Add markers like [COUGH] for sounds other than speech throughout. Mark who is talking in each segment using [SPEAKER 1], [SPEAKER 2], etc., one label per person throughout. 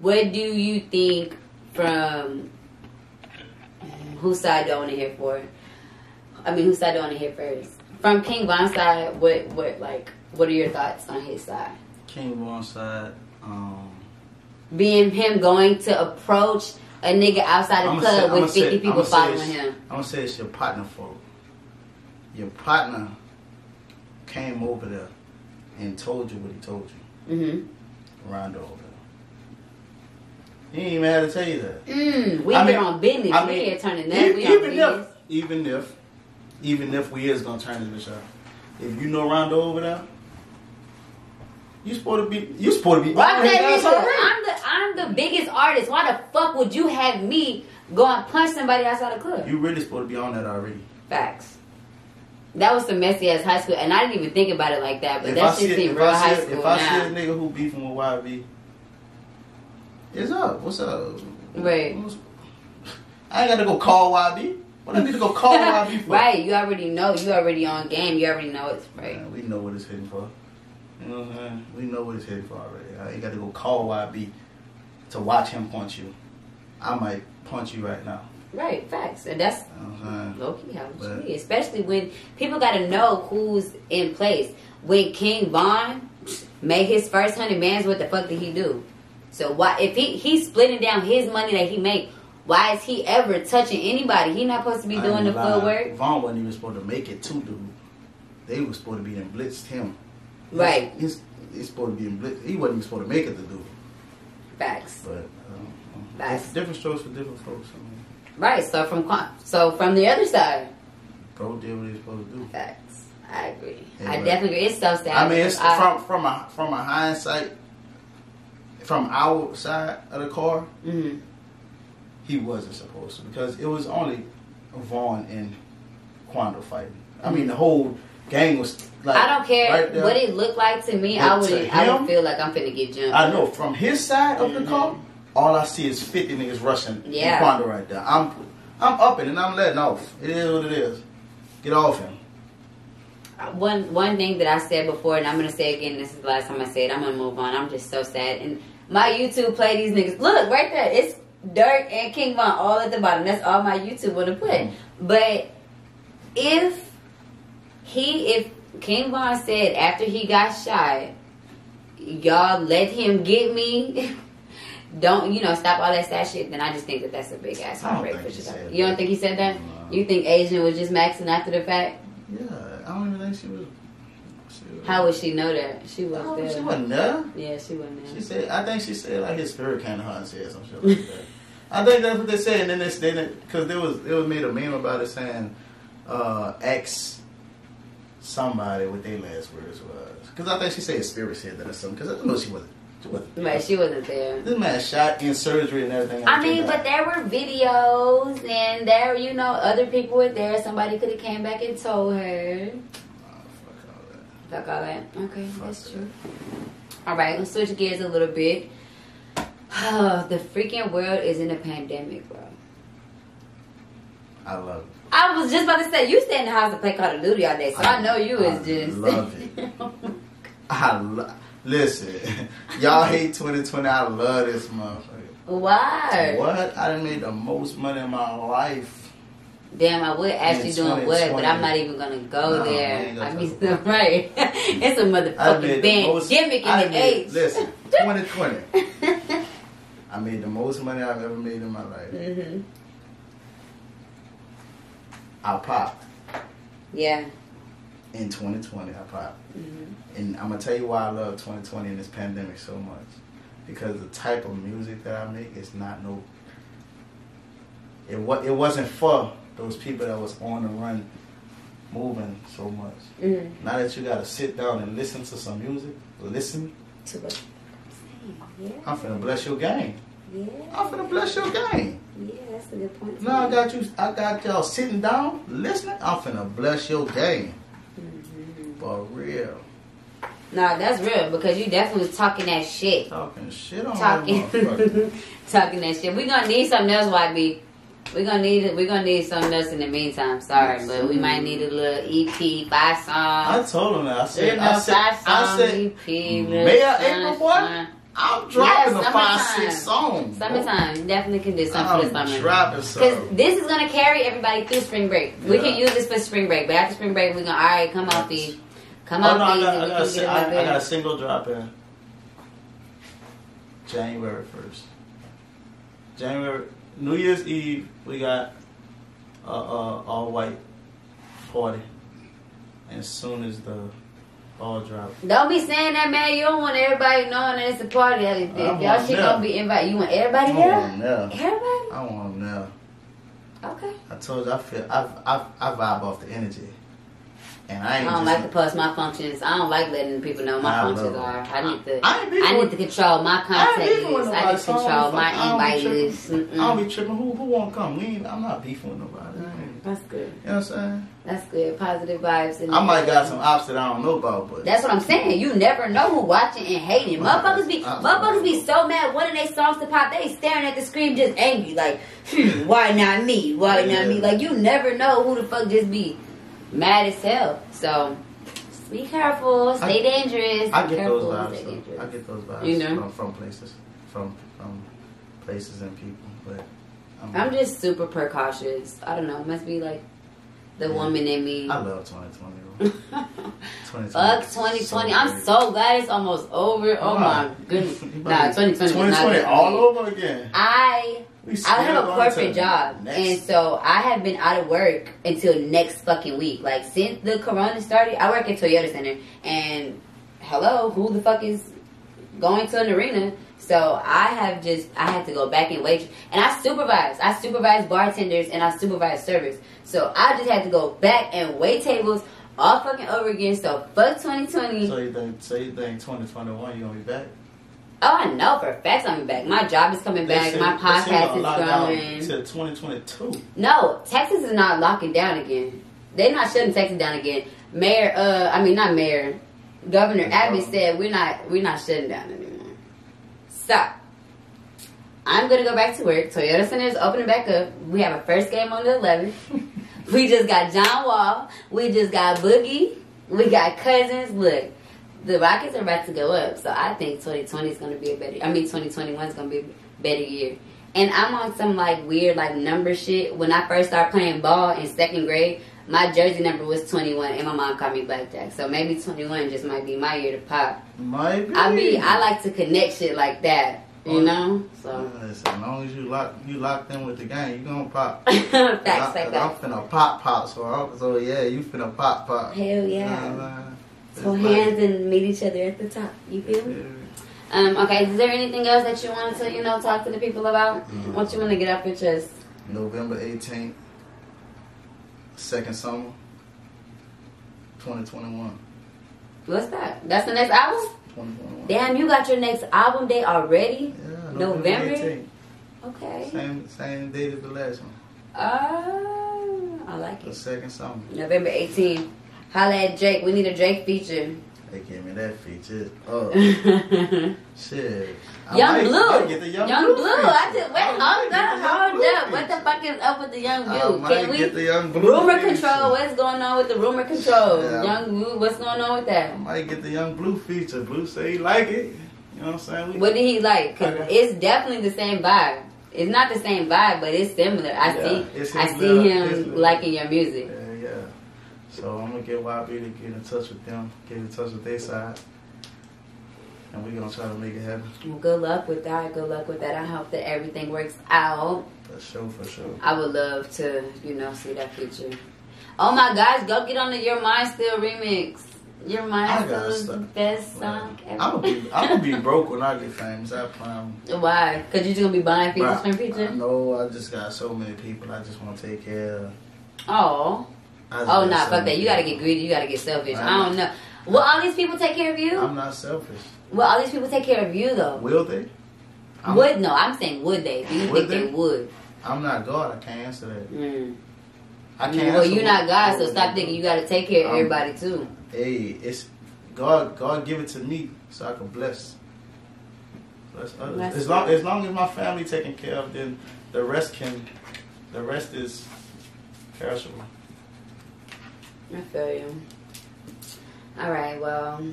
[SPEAKER 1] What do you think from whose side do I want to hear for? I mean, whose side do I want to hear first? From King Von's side, what what like what are your thoughts on his side?
[SPEAKER 2] King Von side. Um,
[SPEAKER 1] Being him going to approach a nigga outside the
[SPEAKER 2] I'ma
[SPEAKER 1] club
[SPEAKER 2] say- I'ma
[SPEAKER 1] with
[SPEAKER 2] say-
[SPEAKER 1] fifty people
[SPEAKER 2] I'ma say
[SPEAKER 1] following
[SPEAKER 2] it's-
[SPEAKER 1] him.
[SPEAKER 2] I'm gonna say it's your partner fault. Your partner came over there and told you what he told you.
[SPEAKER 1] Mm-hmm.
[SPEAKER 2] Rondo over there. He ain't even had to tell you that.
[SPEAKER 1] Mm, we
[SPEAKER 2] I
[SPEAKER 1] here
[SPEAKER 2] mean-
[SPEAKER 1] on business.
[SPEAKER 2] I
[SPEAKER 1] we
[SPEAKER 2] mean,
[SPEAKER 1] here turning up.
[SPEAKER 2] E-
[SPEAKER 1] we on
[SPEAKER 2] even
[SPEAKER 1] business.
[SPEAKER 2] if, even if, even if we is gonna turn this bitch up, if you know Rondo over there, you supposed to be, you supposed to be.
[SPEAKER 1] Why
[SPEAKER 2] his
[SPEAKER 1] that
[SPEAKER 2] ass already.
[SPEAKER 1] nigga? I'm the I'm the biggest artist. Why the fuck would you have me go and punch somebody outside the club?
[SPEAKER 2] You really supposed to be on that already.
[SPEAKER 1] Facts. That was some messy ass high school, and I didn't even think about it like that. But
[SPEAKER 2] If I
[SPEAKER 1] that
[SPEAKER 2] see,
[SPEAKER 1] shit
[SPEAKER 2] if
[SPEAKER 1] seemed real
[SPEAKER 2] I
[SPEAKER 1] high
[SPEAKER 2] see,
[SPEAKER 1] school
[SPEAKER 2] if I see a
[SPEAKER 1] now.
[SPEAKER 2] nigga who beefing with YB, it's up. What's up?
[SPEAKER 1] Right.
[SPEAKER 2] What's- I ain't gotta go call YB. What I need to go call
[SPEAKER 1] [LAUGHS]
[SPEAKER 2] YB for?
[SPEAKER 1] right, you already know. You already on game. You already know it's right.
[SPEAKER 2] Man, we know what it's hitting for. You know what I'm saying? We know what it's hitting for already. I ain't got to go call YB to watch him punch you. I might punch you right now.
[SPEAKER 1] Right, facts, and that's
[SPEAKER 2] You know what I'm saying?
[SPEAKER 1] low key how it should
[SPEAKER 2] But-
[SPEAKER 1] be. Especially when people got to know who's in place. When King Von made his first hundred bands, what the fuck did he do? So why, if he he's splitting down his money that he make, why is he ever touching anybody? He not supposed to be
[SPEAKER 2] I
[SPEAKER 1] doing
[SPEAKER 2] ain't
[SPEAKER 1] the
[SPEAKER 2] lying.
[SPEAKER 1] footwork.
[SPEAKER 2] Vaughn wasn't even supposed to make it to dude. They was supposed to be in blitzed him.
[SPEAKER 1] Right.
[SPEAKER 2] He's, he's supposed to be in blitz. He wasn't even supposed to make it to dude.
[SPEAKER 1] Facts.
[SPEAKER 2] But um,
[SPEAKER 1] That's-
[SPEAKER 2] different strokes for different folks. I mean,
[SPEAKER 1] Right. So from Quan- so from the other side,
[SPEAKER 2] bro did what he was supposed to do.
[SPEAKER 1] facts. I agree.
[SPEAKER 2] Yeah,
[SPEAKER 1] I
[SPEAKER 2] but-
[SPEAKER 1] definitely agree. It's so sad.
[SPEAKER 2] I mean, it's
[SPEAKER 1] I-
[SPEAKER 2] from from a from a hindsight, from our side of the car,
[SPEAKER 1] Mhm.
[SPEAKER 2] he wasn't supposed to because it was only Vaughn and Quando fighting. I mean, the whole gang was like.
[SPEAKER 1] I don't care
[SPEAKER 2] right there.
[SPEAKER 1] what it looked like to me.
[SPEAKER 2] But
[SPEAKER 1] I
[SPEAKER 2] to
[SPEAKER 1] would I
[SPEAKER 2] him-
[SPEAKER 1] would feel like I'm finna get jumped.
[SPEAKER 2] I know from his side of the car, all I see is fifty niggas rushing
[SPEAKER 1] Yeah.
[SPEAKER 2] Quando right there. I'm I'm upping and I'm letting off. It is what it is. Get off him.
[SPEAKER 1] one one thing that I said before, and I'm gonna say again. This is the last time I say it. I'm gonna move on. I'm just so sad. And my YouTube play these niggas. Look right there. It's Dirt and King Von all at the bottom. That's all my YouTube wanna put.
[SPEAKER 2] Mhm.
[SPEAKER 1] But if he, if King Von said after he got shot, y'all let him get me. [LAUGHS] Don't you know? Stop all that sad shit. Then I just think that that's a big ass
[SPEAKER 2] I don't
[SPEAKER 1] heartbreak
[SPEAKER 2] think
[SPEAKER 1] for
[SPEAKER 2] he
[SPEAKER 1] Chicago.
[SPEAKER 2] said
[SPEAKER 1] You don't
[SPEAKER 2] that.
[SPEAKER 1] think he said that?
[SPEAKER 2] No.
[SPEAKER 1] You think Asian was just maxing after the fact?
[SPEAKER 2] Yeah, I don't even think she was. She was
[SPEAKER 1] How would she know that? She was
[SPEAKER 2] Oh,
[SPEAKER 1] there.
[SPEAKER 2] she wasn't there.
[SPEAKER 1] Yeah, she wasn't
[SPEAKER 2] She
[SPEAKER 1] there.
[SPEAKER 2] said, I think she said like his spirit kind of hot and said some shit
[SPEAKER 1] [LAUGHS]
[SPEAKER 2] like that. I think that's what they said, and then they said because there was it was made a meme about it saying uh, ex somebody what their last words was because I think she said spirit said that or something because I know she wasn't. She wasn't.
[SPEAKER 1] Right, she wasn't there.
[SPEAKER 2] This man shot in surgery and everything.
[SPEAKER 1] I mean, but there were videos, and there, you know, other people were there. Somebody could have came back and told her.
[SPEAKER 2] Oh, fuck all that.
[SPEAKER 1] Fuck all that. Okay,
[SPEAKER 2] Fuck
[SPEAKER 1] that's
[SPEAKER 2] that.
[SPEAKER 1] true. All right, let's switch gears a little bit. [SIGHS] the freaking world is in a pandemic, bro.
[SPEAKER 2] I love it.
[SPEAKER 1] I was just about to say, you stay in the house to play Call of Duty all day, so I,
[SPEAKER 2] I-
[SPEAKER 1] know you
[SPEAKER 2] I
[SPEAKER 1] is just. Oh
[SPEAKER 2] love I lo- listen. [LAUGHS] Y'all hate 2020. I love this motherfucker.
[SPEAKER 1] [LAUGHS] Why?
[SPEAKER 2] What? I done made the most money in my life.
[SPEAKER 1] Damn, I would ask
[SPEAKER 2] In
[SPEAKER 1] you doing what, but I'm
[SPEAKER 2] 2020.
[SPEAKER 1] not even gonna go
[SPEAKER 2] No, we
[SPEAKER 1] there.
[SPEAKER 2] ain't gonna
[SPEAKER 1] I mean, [LAUGHS]
[SPEAKER 2] talk about
[SPEAKER 1] right? it's a
[SPEAKER 2] I done made
[SPEAKER 1] motherfucking
[SPEAKER 2] the
[SPEAKER 1] band
[SPEAKER 2] most-
[SPEAKER 1] gimmick in
[SPEAKER 2] I done
[SPEAKER 1] the
[SPEAKER 2] made-
[SPEAKER 1] age.
[SPEAKER 2] Listen,
[SPEAKER 1] [LAUGHS]
[SPEAKER 2] 2020. I made the most money I've ever made in my life.
[SPEAKER 1] hmm
[SPEAKER 2] I popped
[SPEAKER 1] Yeah.
[SPEAKER 2] in 2020. I popped,
[SPEAKER 1] Mhm.
[SPEAKER 2] and I'm gonna tell you why I love 2020 and this pandemic so much. Because the type of music that I make is not no. It wa- it wasn't for those people that was on the run, moving so much.
[SPEAKER 1] Mhm.
[SPEAKER 2] Now that you gotta sit down and listen to some music, listen.
[SPEAKER 1] To what Yeah.
[SPEAKER 2] I'm finna bless your game.
[SPEAKER 1] Yeah.
[SPEAKER 2] I'm finna bless your game.
[SPEAKER 1] Yeah, that's a good point.
[SPEAKER 2] Now I got you. I got y'all sitting down, listening. I'm finna bless your game
[SPEAKER 1] Mhm.
[SPEAKER 2] for real.
[SPEAKER 1] Nah, that's real because you definitely was talking that shit.
[SPEAKER 2] Talking shit on
[SPEAKER 1] Talking,
[SPEAKER 2] that motherfucker.
[SPEAKER 1] [LAUGHS] talking that shit. We gonna need something else, YB. We gonna need we gonna need something else in the meantime. Sorry, but we might need a little EP five song.
[SPEAKER 2] I told him that. I said.
[SPEAKER 1] Little
[SPEAKER 2] I said.
[SPEAKER 1] Uh, five
[SPEAKER 2] I
[SPEAKER 1] song
[SPEAKER 2] said.
[SPEAKER 1] EP, little
[SPEAKER 2] May I April
[SPEAKER 1] sunshine.
[SPEAKER 2] boy? I'm dropping
[SPEAKER 1] Yeah,
[SPEAKER 2] a five,
[SPEAKER 1] summertime.
[SPEAKER 2] six song. bro.
[SPEAKER 1] Summertime, you definitely can do
[SPEAKER 2] I'm
[SPEAKER 1] something for the summer.
[SPEAKER 2] dropping
[SPEAKER 1] Because
[SPEAKER 2] some.
[SPEAKER 1] this is gonna carry everybody through spring break. We
[SPEAKER 2] Yeah.
[SPEAKER 1] can use this for spring break, but after spring break, we're gonna all right. Come off feed,
[SPEAKER 2] Oh,
[SPEAKER 1] come
[SPEAKER 2] no, I
[SPEAKER 1] off
[SPEAKER 2] got,
[SPEAKER 1] feed,
[SPEAKER 2] I,
[SPEAKER 1] and we
[SPEAKER 2] got a
[SPEAKER 1] can
[SPEAKER 2] si-
[SPEAKER 1] get
[SPEAKER 2] I,
[SPEAKER 1] about
[SPEAKER 2] I got a
[SPEAKER 1] there.
[SPEAKER 2] single drop in January 1st. January, New Year's Eve, we got a, a all white party. And as soon as the ball drop,
[SPEAKER 1] Don't be saying that, man. You don't want everybody knowing that it's a party. Like, if
[SPEAKER 2] I
[SPEAKER 1] y'all
[SPEAKER 2] want
[SPEAKER 1] shit
[SPEAKER 2] them.
[SPEAKER 1] gonna be invited. You want everybody
[SPEAKER 2] I
[SPEAKER 1] here?
[SPEAKER 2] want them there.
[SPEAKER 1] Everybody?
[SPEAKER 2] I want them there.
[SPEAKER 1] Okay.
[SPEAKER 2] I told you, I feel, I, I, I vibe off the energy. And I
[SPEAKER 1] I
[SPEAKER 2] ain't
[SPEAKER 1] don't
[SPEAKER 2] just,
[SPEAKER 1] like to post my functions. I don't like letting people know my
[SPEAKER 2] I love
[SPEAKER 1] functions
[SPEAKER 2] it.
[SPEAKER 1] are. I need to.
[SPEAKER 2] I ain't beefing
[SPEAKER 1] I
[SPEAKER 2] with-
[SPEAKER 1] need to control my
[SPEAKER 2] I
[SPEAKER 1] contact
[SPEAKER 2] ain't beefing with
[SPEAKER 1] list. I
[SPEAKER 2] nobody,
[SPEAKER 1] need to
[SPEAKER 2] so I don't
[SPEAKER 1] control
[SPEAKER 2] be
[SPEAKER 1] my
[SPEAKER 2] fuck- I don't be
[SPEAKER 1] invite
[SPEAKER 2] tripping.
[SPEAKER 1] list.
[SPEAKER 2] I
[SPEAKER 1] Mm-mm.
[SPEAKER 2] don't be tripping. Who who won't come? We ain't, I'm not beefing with nobody. I ain't-
[SPEAKER 1] That's good.
[SPEAKER 2] You know what I'm saying?
[SPEAKER 1] That's good. Positive vibes. And
[SPEAKER 2] I might got some ops that I don't know about, but
[SPEAKER 1] That's what I'm saying. You never know who watching and hating. Motherfuckers be
[SPEAKER 2] Uh-uh.
[SPEAKER 1] motherfuckers be so mad. One of their songs to pop, they staring at the screen just angry, like, hmm, why not me? Why not me?
[SPEAKER 2] Yeah.
[SPEAKER 1] Like you never know who the fuck just be mad as hell. So be careful, stay dangerous.
[SPEAKER 2] I
[SPEAKER 1] be
[SPEAKER 2] get
[SPEAKER 1] careful,
[SPEAKER 2] those vibes.
[SPEAKER 1] stay
[SPEAKER 2] Though. I
[SPEAKER 1] dangerous.
[SPEAKER 2] get those vibes
[SPEAKER 1] You know?
[SPEAKER 2] from, from places, from from places and people. But I'm,
[SPEAKER 1] I'm just super precautious. I don't know. Must be like the
[SPEAKER 2] Yeah.
[SPEAKER 1] woman in me.
[SPEAKER 2] I love 2020. bro.
[SPEAKER 1] [LAUGHS] Fuck
[SPEAKER 2] 2020 is
[SPEAKER 1] 2020. I'm
[SPEAKER 2] great.
[SPEAKER 1] so glad it's almost over. Oh
[SPEAKER 2] Why?
[SPEAKER 1] my
[SPEAKER 2] [LAUGHS]
[SPEAKER 1] goodness.
[SPEAKER 2] You
[SPEAKER 1] Nah,
[SPEAKER 2] about to-
[SPEAKER 1] 2020. is not
[SPEAKER 2] 2020
[SPEAKER 1] good for
[SPEAKER 2] all
[SPEAKER 1] me.
[SPEAKER 2] over again.
[SPEAKER 1] I
[SPEAKER 2] We
[SPEAKER 1] I have
[SPEAKER 2] still
[SPEAKER 1] a
[SPEAKER 2] on
[SPEAKER 1] corporate
[SPEAKER 2] to
[SPEAKER 1] job,
[SPEAKER 2] next-
[SPEAKER 1] and so I have been out of work until next fucking week. Like since the corona started, I work at Toyota Center, and hello, who the fuck is going to an arena? So I have just I had to go back and wait, and I supervise. I supervise bartenders and I supervise servers. So I just had to go back and wait tables all fucking over again. So fuck 2020.
[SPEAKER 2] So you think? So you think 2021 you gonna be back?
[SPEAKER 1] oh, I know for a fact I'm back. My job is coming back.
[SPEAKER 2] They
[SPEAKER 1] My
[SPEAKER 2] said- they said
[SPEAKER 1] podcast
[SPEAKER 2] a
[SPEAKER 1] is
[SPEAKER 2] lot down
[SPEAKER 1] growing.
[SPEAKER 2] to 2022.
[SPEAKER 1] No, Texas is not locking down again. They're not shutting Texas down again. Mayor, uh, I mean not mayor, Governor
[SPEAKER 2] The
[SPEAKER 1] Abbott
[SPEAKER 2] governor.
[SPEAKER 1] said we're not we're not shutting down anymore. Stop. I'm gonna go back to work. Toyota Center is opening back up. We have a first game on the 11th. we just got John Wall. We just got Boogie. We got Cousins. Look, the Rockets are about to go up. So I think 2020 is gonna be a better. I mean 2021 is gonna be a better year. And I'm on some like weird like number shit. When I first started playing ball in second grade, my jersey number was 21, and my mom called me Blackjack. So maybe 21 just might be my year to pop.
[SPEAKER 2] Might be.
[SPEAKER 1] I mean, I like to connect shit like that, you know. So [LAUGHS]
[SPEAKER 2] Listen, as long as you lock you locked in with the game, you gonna pop.
[SPEAKER 1] facts,
[SPEAKER 2] I,
[SPEAKER 1] facts,
[SPEAKER 2] I'm
[SPEAKER 1] facts.
[SPEAKER 2] finna pop pop, so I'm, so yeah, you finna pop pop.
[SPEAKER 1] Hell
[SPEAKER 2] You know what
[SPEAKER 1] yeah.
[SPEAKER 2] I'm saying? It's
[SPEAKER 1] So
[SPEAKER 2] like-
[SPEAKER 1] hands and meet each other at the top. You feel me? Um, okay, is there anything else that you wanted to, you know, talk to the people about?
[SPEAKER 2] Mm.
[SPEAKER 1] What you want to get off your chest?
[SPEAKER 2] November 18th, second summer, 2021.
[SPEAKER 1] What's that? That's the next album?
[SPEAKER 2] 2021.
[SPEAKER 1] Damn, you got your next album date already?
[SPEAKER 2] Yeah,
[SPEAKER 1] November?
[SPEAKER 2] 18th.
[SPEAKER 1] Okay.
[SPEAKER 2] Same, same date as the last one.
[SPEAKER 1] Uh, I like
[SPEAKER 2] The
[SPEAKER 1] it.
[SPEAKER 2] second summer.
[SPEAKER 1] November 18th. Holla at Drake. We need a Drake
[SPEAKER 2] [LAUGHS]
[SPEAKER 1] feature.
[SPEAKER 2] They gave me that feature. Oh,
[SPEAKER 1] Young
[SPEAKER 2] shit.
[SPEAKER 1] Young
[SPEAKER 2] might-
[SPEAKER 1] Blue.
[SPEAKER 2] might get the Young, Blue.
[SPEAKER 1] Blue.
[SPEAKER 2] feature.
[SPEAKER 1] I just, wait,
[SPEAKER 2] I
[SPEAKER 1] hold
[SPEAKER 2] might get the
[SPEAKER 1] up,
[SPEAKER 2] Young
[SPEAKER 1] hold
[SPEAKER 2] Blue
[SPEAKER 1] up. What the
[SPEAKER 2] feature.
[SPEAKER 1] fuck is up with the Young
[SPEAKER 2] I
[SPEAKER 1] Blue?
[SPEAKER 2] might
[SPEAKER 1] Can
[SPEAKER 2] get
[SPEAKER 1] we?
[SPEAKER 2] the Young Blue.
[SPEAKER 1] Rumor
[SPEAKER 2] feature.
[SPEAKER 1] control. What's going on with the rumor control?
[SPEAKER 2] Yeah.
[SPEAKER 1] Young Blue. What's going on with that?
[SPEAKER 2] I might get the young blue feature. Blue say he like it. You know what I'm saying? We-
[SPEAKER 1] What did he like? 'Cause
[SPEAKER 2] Okay.
[SPEAKER 1] it's definitely the same vibe. It's not the same vibe, but it's similar. I
[SPEAKER 2] Yeah, it's his
[SPEAKER 1] see. I see
[SPEAKER 2] little- his
[SPEAKER 1] him
[SPEAKER 2] little-
[SPEAKER 1] liking your music.
[SPEAKER 2] yeah, yeah. So I'm gonna get YB to get in touch with them, get in touch with their side, and we're gonna try to make it happen.
[SPEAKER 1] Well, good luck with that. Good luck with that. I hope that everything works out.
[SPEAKER 2] For sure, for sure.
[SPEAKER 1] I would love to, you know, see that feature. Oh my gosh, go get on the Your Mind Still remix. Your
[SPEAKER 2] I
[SPEAKER 1] Mind Still
[SPEAKER 2] gotta
[SPEAKER 1] is the
[SPEAKER 2] stop.
[SPEAKER 1] best song
[SPEAKER 2] I'm
[SPEAKER 1] ever.
[SPEAKER 2] gonna be, I'm gonna be broke when I get famous. I promise.
[SPEAKER 1] [LAUGHS] Why? Cause you're just gonna be buying features from
[SPEAKER 2] I
[SPEAKER 1] feature.
[SPEAKER 2] know I just got so many people. I just want to take care. of.
[SPEAKER 1] Oh,
[SPEAKER 2] I just
[SPEAKER 1] oh,
[SPEAKER 2] got
[SPEAKER 1] nah, fuck
[SPEAKER 2] so many
[SPEAKER 1] that. You gotta
[SPEAKER 2] people.
[SPEAKER 1] get greedy. You gotta get selfish.
[SPEAKER 2] I'm
[SPEAKER 1] I don't know. Will all these people take care of you?
[SPEAKER 2] I'm not selfish.
[SPEAKER 1] Well, all these people take care of you though.
[SPEAKER 2] Will they? I'm,
[SPEAKER 1] would no? I'm saying would they? Do you
[SPEAKER 2] Would
[SPEAKER 1] think they,
[SPEAKER 2] they?
[SPEAKER 1] would?
[SPEAKER 2] I'm not God. I can't answer that.
[SPEAKER 1] Mm.
[SPEAKER 2] I can't.
[SPEAKER 1] Well,
[SPEAKER 2] answer
[SPEAKER 1] you're
[SPEAKER 2] what-
[SPEAKER 1] not God,
[SPEAKER 2] what
[SPEAKER 1] so
[SPEAKER 2] would
[SPEAKER 1] stop
[SPEAKER 2] they
[SPEAKER 1] thinking
[SPEAKER 2] do.
[SPEAKER 1] you got to take care of
[SPEAKER 2] I'm-
[SPEAKER 1] everybody too.
[SPEAKER 2] Hey, it's God. God give it to me so I can bless. Bless others.
[SPEAKER 1] Bless
[SPEAKER 2] as long as long as my family taken care of, then the rest can. The rest is perishable.
[SPEAKER 1] I feel you. All right, well,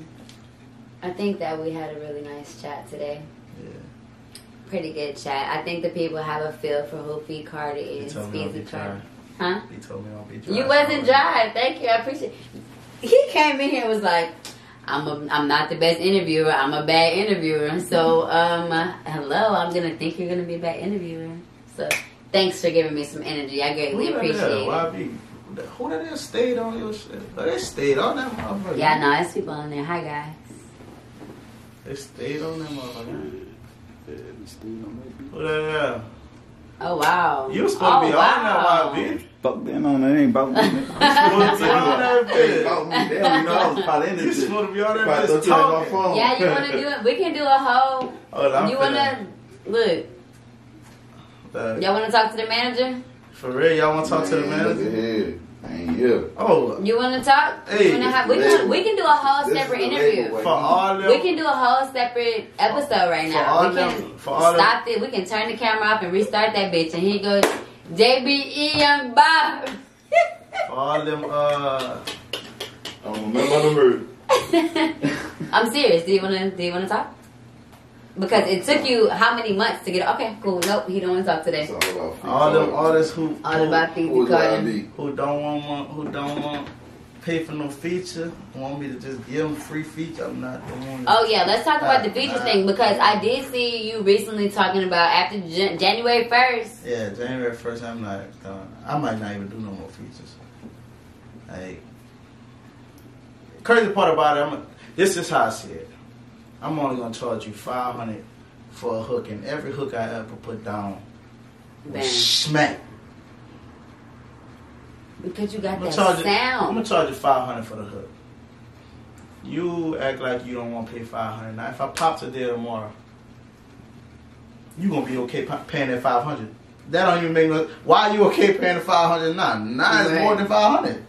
[SPEAKER 1] I think that we had a really nice chat today.
[SPEAKER 2] Yeah.
[SPEAKER 1] Pretty good chat. I think the people have a feel for who Fee Carter
[SPEAKER 2] He
[SPEAKER 1] is.
[SPEAKER 2] told me I'll be
[SPEAKER 1] Feezy
[SPEAKER 2] dry.
[SPEAKER 1] Carter. Huh?
[SPEAKER 2] He told me I'll be dry.
[SPEAKER 1] You wasn't
[SPEAKER 2] So-
[SPEAKER 1] dry. Thank you. I appreciate. He came in here and was like, "I'm a, I'm not the best interviewer. I'm a bad interviewer. So um, hello. I'm gonna think you're gonna be a bad interviewer. So thanks for giving me some energy. I greatly
[SPEAKER 2] Who that
[SPEAKER 1] appreciate
[SPEAKER 2] is?
[SPEAKER 1] it.
[SPEAKER 2] YB. Who that is stayed on your shit? Oh, They stayed on that motherfucker.
[SPEAKER 1] Yeah, no, it's people on there. Hi guys.
[SPEAKER 2] They stayed on that motherfucker.
[SPEAKER 3] Yeah, we still don't make it.
[SPEAKER 2] Who that
[SPEAKER 1] Oh wow.
[SPEAKER 2] is? You was supposed
[SPEAKER 1] oh,
[SPEAKER 2] to be
[SPEAKER 1] wow.
[SPEAKER 2] on that YB.
[SPEAKER 3] Fuck that on that ain't
[SPEAKER 2] [LAUGHS]
[SPEAKER 3] about me.
[SPEAKER 2] You supposed to be
[SPEAKER 1] [LAUGHS]
[SPEAKER 2] on that bitch. You
[SPEAKER 3] Damn,
[SPEAKER 2] supposed to be on that bitch talking.
[SPEAKER 1] Yeah, you wanna do it? We can do a whole.
[SPEAKER 2] Hold on, I'm
[SPEAKER 1] you
[SPEAKER 2] finna-
[SPEAKER 1] wanna look?
[SPEAKER 2] Like,
[SPEAKER 1] Y'all wanna talk to the manager?
[SPEAKER 2] For real, y'all want to talk to the manager?
[SPEAKER 3] I ain't here.
[SPEAKER 2] Oh,
[SPEAKER 1] You wanna talk?
[SPEAKER 2] Hey,
[SPEAKER 1] you wanna have? We can, we can do a whole
[SPEAKER 3] This is
[SPEAKER 1] separate
[SPEAKER 3] the label
[SPEAKER 1] interview.
[SPEAKER 3] way.
[SPEAKER 2] for all them.
[SPEAKER 1] We can do a whole separate episode right
[SPEAKER 2] For
[SPEAKER 1] now.
[SPEAKER 2] all
[SPEAKER 1] we
[SPEAKER 2] them-
[SPEAKER 1] can
[SPEAKER 2] for all them-
[SPEAKER 1] stop it. We can turn the camera off and restart that bitch. And he goes, JBE Young Bob. [LAUGHS]
[SPEAKER 2] for all them. Uh,
[SPEAKER 3] I don't remember the word.
[SPEAKER 1] I'm serious. Do you wanna do you wanna talk? Because it took you how many months to get okay, cool. Nope, he don't wanna talk today.
[SPEAKER 3] It's all about feet.
[SPEAKER 2] all them artists who
[SPEAKER 1] All
[SPEAKER 2] who,
[SPEAKER 1] about things
[SPEAKER 3] Who would I
[SPEAKER 1] garden.
[SPEAKER 3] be?
[SPEAKER 2] who don't want one, who don't want pay for no feature want me to just give them free feature. I'm not the one.
[SPEAKER 1] Oh yeah, let's talk about the
[SPEAKER 2] Uh,
[SPEAKER 1] feature
[SPEAKER 2] uh,
[SPEAKER 1] thing because I did see you recently talking about after Jan- January first.
[SPEAKER 2] Yeah, January first, I'm not. Done. I might not even do no more features. Like, crazy part about it, I'm. This is how I see it. I'm only gonna charge you five hundred for a hook, and every hook I ever put down, was
[SPEAKER 1] Bang.
[SPEAKER 2] smack.
[SPEAKER 1] Because you got
[SPEAKER 2] I'm gonna
[SPEAKER 1] that
[SPEAKER 2] charge you. I'm
[SPEAKER 1] sound.
[SPEAKER 2] gonna charge you five hundred for the hook. You act like you don't want to pay five hundred. Now, if I pop today or tomorrow, you gonna be okay pa- paying that five hundred. That don't even make no. Why you okay paying the five hundred now? Now it's
[SPEAKER 1] Right.
[SPEAKER 2] more than five hundred.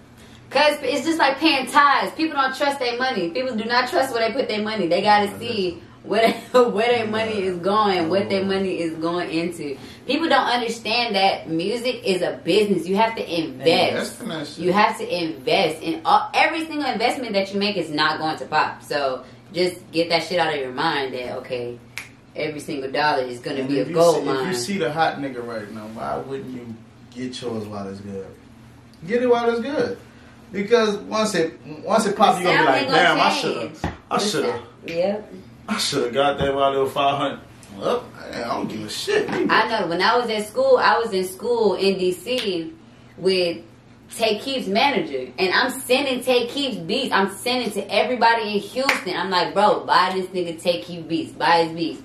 [SPEAKER 1] Cause it's just like paying tithes. People don't trust their money. People do not trust where they put their money. They gotta see where [LAUGHS] where their money is going, what their money is going into. People don't understand that music is a business. You have to invest. You have to invest, and all, every single investment that you make is not going to pop. So just get that shit out of your mind that okay, every single dollar is gonna
[SPEAKER 2] And
[SPEAKER 1] be a
[SPEAKER 2] if you
[SPEAKER 1] gold
[SPEAKER 2] see, If
[SPEAKER 1] mine.
[SPEAKER 2] you see the hot nigga right now, why wouldn't you get yours while it's good? Get it while it's good. Because once it once it pops, you're gonna be
[SPEAKER 1] Sound
[SPEAKER 2] like,
[SPEAKER 1] ain't gonna
[SPEAKER 2] damn, I
[SPEAKER 1] change.
[SPEAKER 2] should have, I should have,
[SPEAKER 1] Yep.
[SPEAKER 2] I should have got that while it was five hundred. Well, I don't give a shit.
[SPEAKER 1] I know when I was at school, I was in school in DC with Tay Keef's manager, and I'm sending Tay Keef's beats. I'm sending to everybody in Houston. I'm like, bro, buy this nigga Tay Keef beats, buy his beats.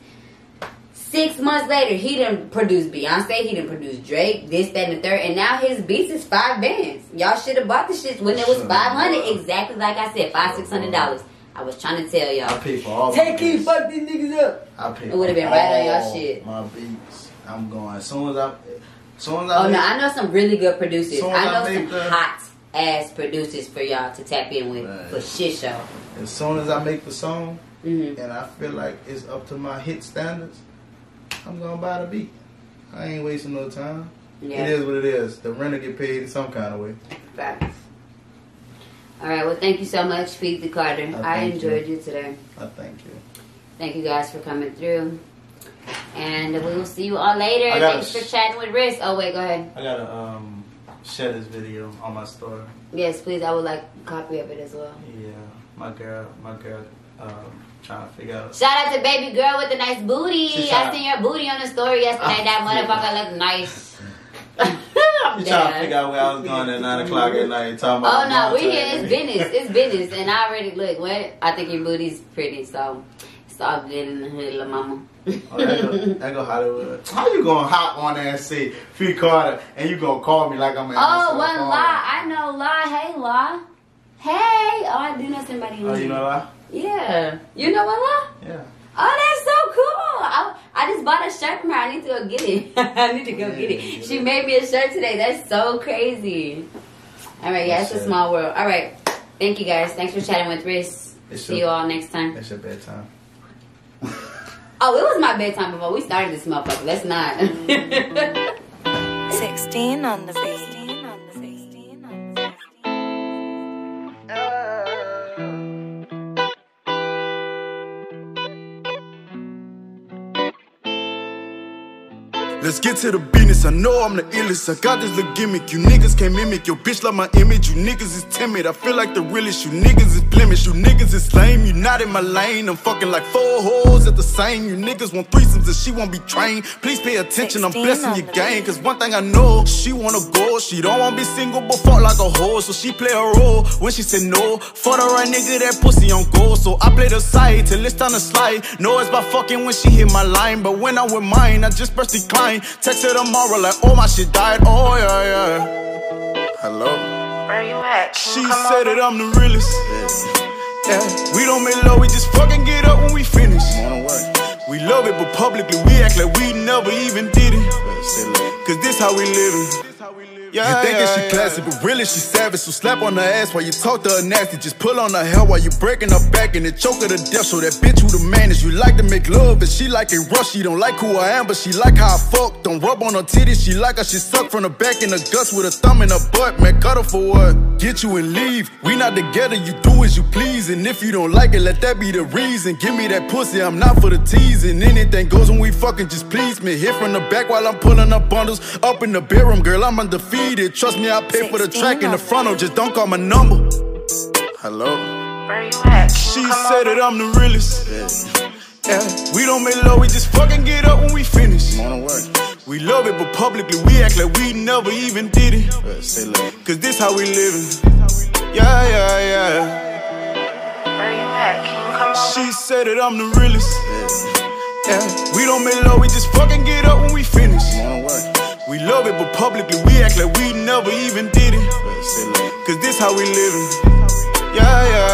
[SPEAKER 1] Six months later, he didn't produce Beyonce, he didn't produce Drake, this, that, and the third, and now his beats is five bands. Y'all should have bought the shit when it was
[SPEAKER 2] Sure.
[SPEAKER 1] five hundred, exactly like I said, five six hundred dollars. I was trying to tell
[SPEAKER 2] I
[SPEAKER 1] y'all,
[SPEAKER 2] pay for all. my
[SPEAKER 1] Tay Keef,
[SPEAKER 2] beats.
[SPEAKER 1] fuck these niggas up.
[SPEAKER 2] I pay.
[SPEAKER 1] It would've been
[SPEAKER 2] for
[SPEAKER 1] right on y'all
[SPEAKER 2] all
[SPEAKER 1] shit.
[SPEAKER 2] My beats. I'm going as soon as I, as soon as I.
[SPEAKER 1] Oh no,
[SPEAKER 2] leave-
[SPEAKER 1] I know some really good producers.
[SPEAKER 2] So
[SPEAKER 1] I know
[SPEAKER 2] I
[SPEAKER 1] some
[SPEAKER 2] make the-
[SPEAKER 1] hot ass producers for y'all to tap in with
[SPEAKER 2] Right.
[SPEAKER 1] for shit show.
[SPEAKER 2] As soon as I make the song,
[SPEAKER 1] hmm
[SPEAKER 2] and I feel like it's up to my hit standards, I'm gonna buy the beat. I ain't wasting no time. It
[SPEAKER 1] Yeah,
[SPEAKER 2] is what it is. The renter get paid in some kind of way.
[SPEAKER 1] facts. All right, well, thank you so much, Feed the Carter.
[SPEAKER 2] Oh,
[SPEAKER 1] I
[SPEAKER 2] thank
[SPEAKER 1] enjoyed you. today.
[SPEAKER 2] I thank you.
[SPEAKER 1] Thank you guys for coming through, and we will see you all later.
[SPEAKER 2] I gotta
[SPEAKER 1] Thanks for
[SPEAKER 2] sh-
[SPEAKER 1] chatting with Riz. Oh wait, go ahead.
[SPEAKER 2] I gotta um share this video on my story.
[SPEAKER 1] Yes, please. I would like a copy of it as well.
[SPEAKER 2] Yeah, my girl, my girl, um, trying to figure out.
[SPEAKER 1] Shout out to baby girl with the nice
[SPEAKER 2] She
[SPEAKER 1] booty. I
[SPEAKER 2] shot-
[SPEAKER 1] seen your booty on the story yesterday.
[SPEAKER 2] [LAUGHS] Ah,
[SPEAKER 1] that
[SPEAKER 2] yeah.
[SPEAKER 1] motherfucker looked nice.
[SPEAKER 2] [LAUGHS] You
[SPEAKER 1] I'm
[SPEAKER 2] trying to
[SPEAKER 1] dead.
[SPEAKER 2] figure out where I was going at nine o'clock at night. Talking
[SPEAKER 1] Oh
[SPEAKER 2] about
[SPEAKER 1] no,
[SPEAKER 2] my
[SPEAKER 1] we here.
[SPEAKER 2] contract.
[SPEAKER 1] It's business. It's business, and I already look. What? I think your booty's pretty, so it's all good in the hood, la mama.
[SPEAKER 2] [LAUGHS]
[SPEAKER 1] [LAUGHS]
[SPEAKER 2] Oh, that go, that go Hollywood. How you gonna hop on there and say Free Carter and you gonna call me like I'm an
[SPEAKER 1] oh,
[SPEAKER 2] asshole
[SPEAKER 1] one
[SPEAKER 2] caller?
[SPEAKER 1] lie. I know lie. Hey, lie. Hey. Oh, I do know somebody. who-
[SPEAKER 2] Oh, you know that?
[SPEAKER 1] Yeah. You know what lie?
[SPEAKER 2] Yeah.
[SPEAKER 1] Oh, that's so cool. I, I just bought a shirt from her. I need to go get it. [LAUGHS] I need to go get it. She made me a shirt today. That's so crazy. All right, yeah, it's a small world. All right. Thank you guys. Thanks for chatting with Riz.
[SPEAKER 2] It's
[SPEAKER 1] See
[SPEAKER 2] your-
[SPEAKER 1] you all next time.
[SPEAKER 2] It's your bedtime.
[SPEAKER 1] Oh, it was my bedtime before we started this motherfucker. That's not.
[SPEAKER 4] 16 on the beat. 16 on the beat. 16 on the beat.
[SPEAKER 5] Let's get to the business. I know I'm the illest. I got this little gimmick. You niggas can't mimic. Your bitch love my image. You niggas is timid. I feel like the realest. You niggas is blemish. You niggas is lame. You not in my lane. I'm fucking like four hoes at the same. You niggas want threesomes and she won't be trained. Please pay attention. I'm
[SPEAKER 4] 16
[SPEAKER 5] blessing
[SPEAKER 4] on
[SPEAKER 5] your
[SPEAKER 4] the
[SPEAKER 5] game. Cause one thing I know, she wanna go. She don't wanna be single but fuck like a hoe. So she play her role when she said no. For the right nigga, that pussy on gold. So I play the side till it's time to slide. Know it's by fucking when she hit my line. But when I'm with mine, I just press decline. Text her tomorrow like, oh my shit died. Oh yeah, yeah. Hello?
[SPEAKER 6] Where you at? Can
[SPEAKER 5] She
[SPEAKER 6] you come
[SPEAKER 5] said
[SPEAKER 6] over?
[SPEAKER 5] that I'm the realest. Yeah, we don't make love, we just fucking get up when we finish. We love it, but publicly we act like we never even did it. Cause this how we living. Yeah, you think that she classy, but really she savage. So slap on her ass while you talk to her nasty. Just pull on her hair while you breaking her back and then choke her to death. So that bitch who the man is, you like to make love, but she like it rough. She don't like who I am, but she like how I fuck. Don't rub on her titties, she like how she suck from the back in the guts with her thumb in her butt. Man, cut her for what? Get you and leave. We not together, you do as you please. And if you don't like it, let that be the reason. Give me that pussy, I'm not for the teasing. Anything goes when we fucking just please me. Hit from the back while I'm pulling up bundles. Up in the bedroom, girl, I'm undefeated. Trust me, I pay for the
[SPEAKER 4] 16
[SPEAKER 5] track in the
[SPEAKER 4] on
[SPEAKER 5] frontal. Just don't call my number. Hello?
[SPEAKER 6] Where you at? Can
[SPEAKER 5] She
[SPEAKER 6] you come
[SPEAKER 5] said
[SPEAKER 6] over?
[SPEAKER 5] that I'm the realest. Yeah, we don't make love, we just fucking get up when we finish. We love it, but publicly we act like we never even did it. Cause this how we living. Yeah, yeah, yeah.
[SPEAKER 6] Where you at? Can you come over?
[SPEAKER 5] She said that I'm the realest. Yeah, we don't make love, we just fucking get up when we finish. We love it, but publicly we act like we never even did it. Cause this how we living. Yeah, yeah,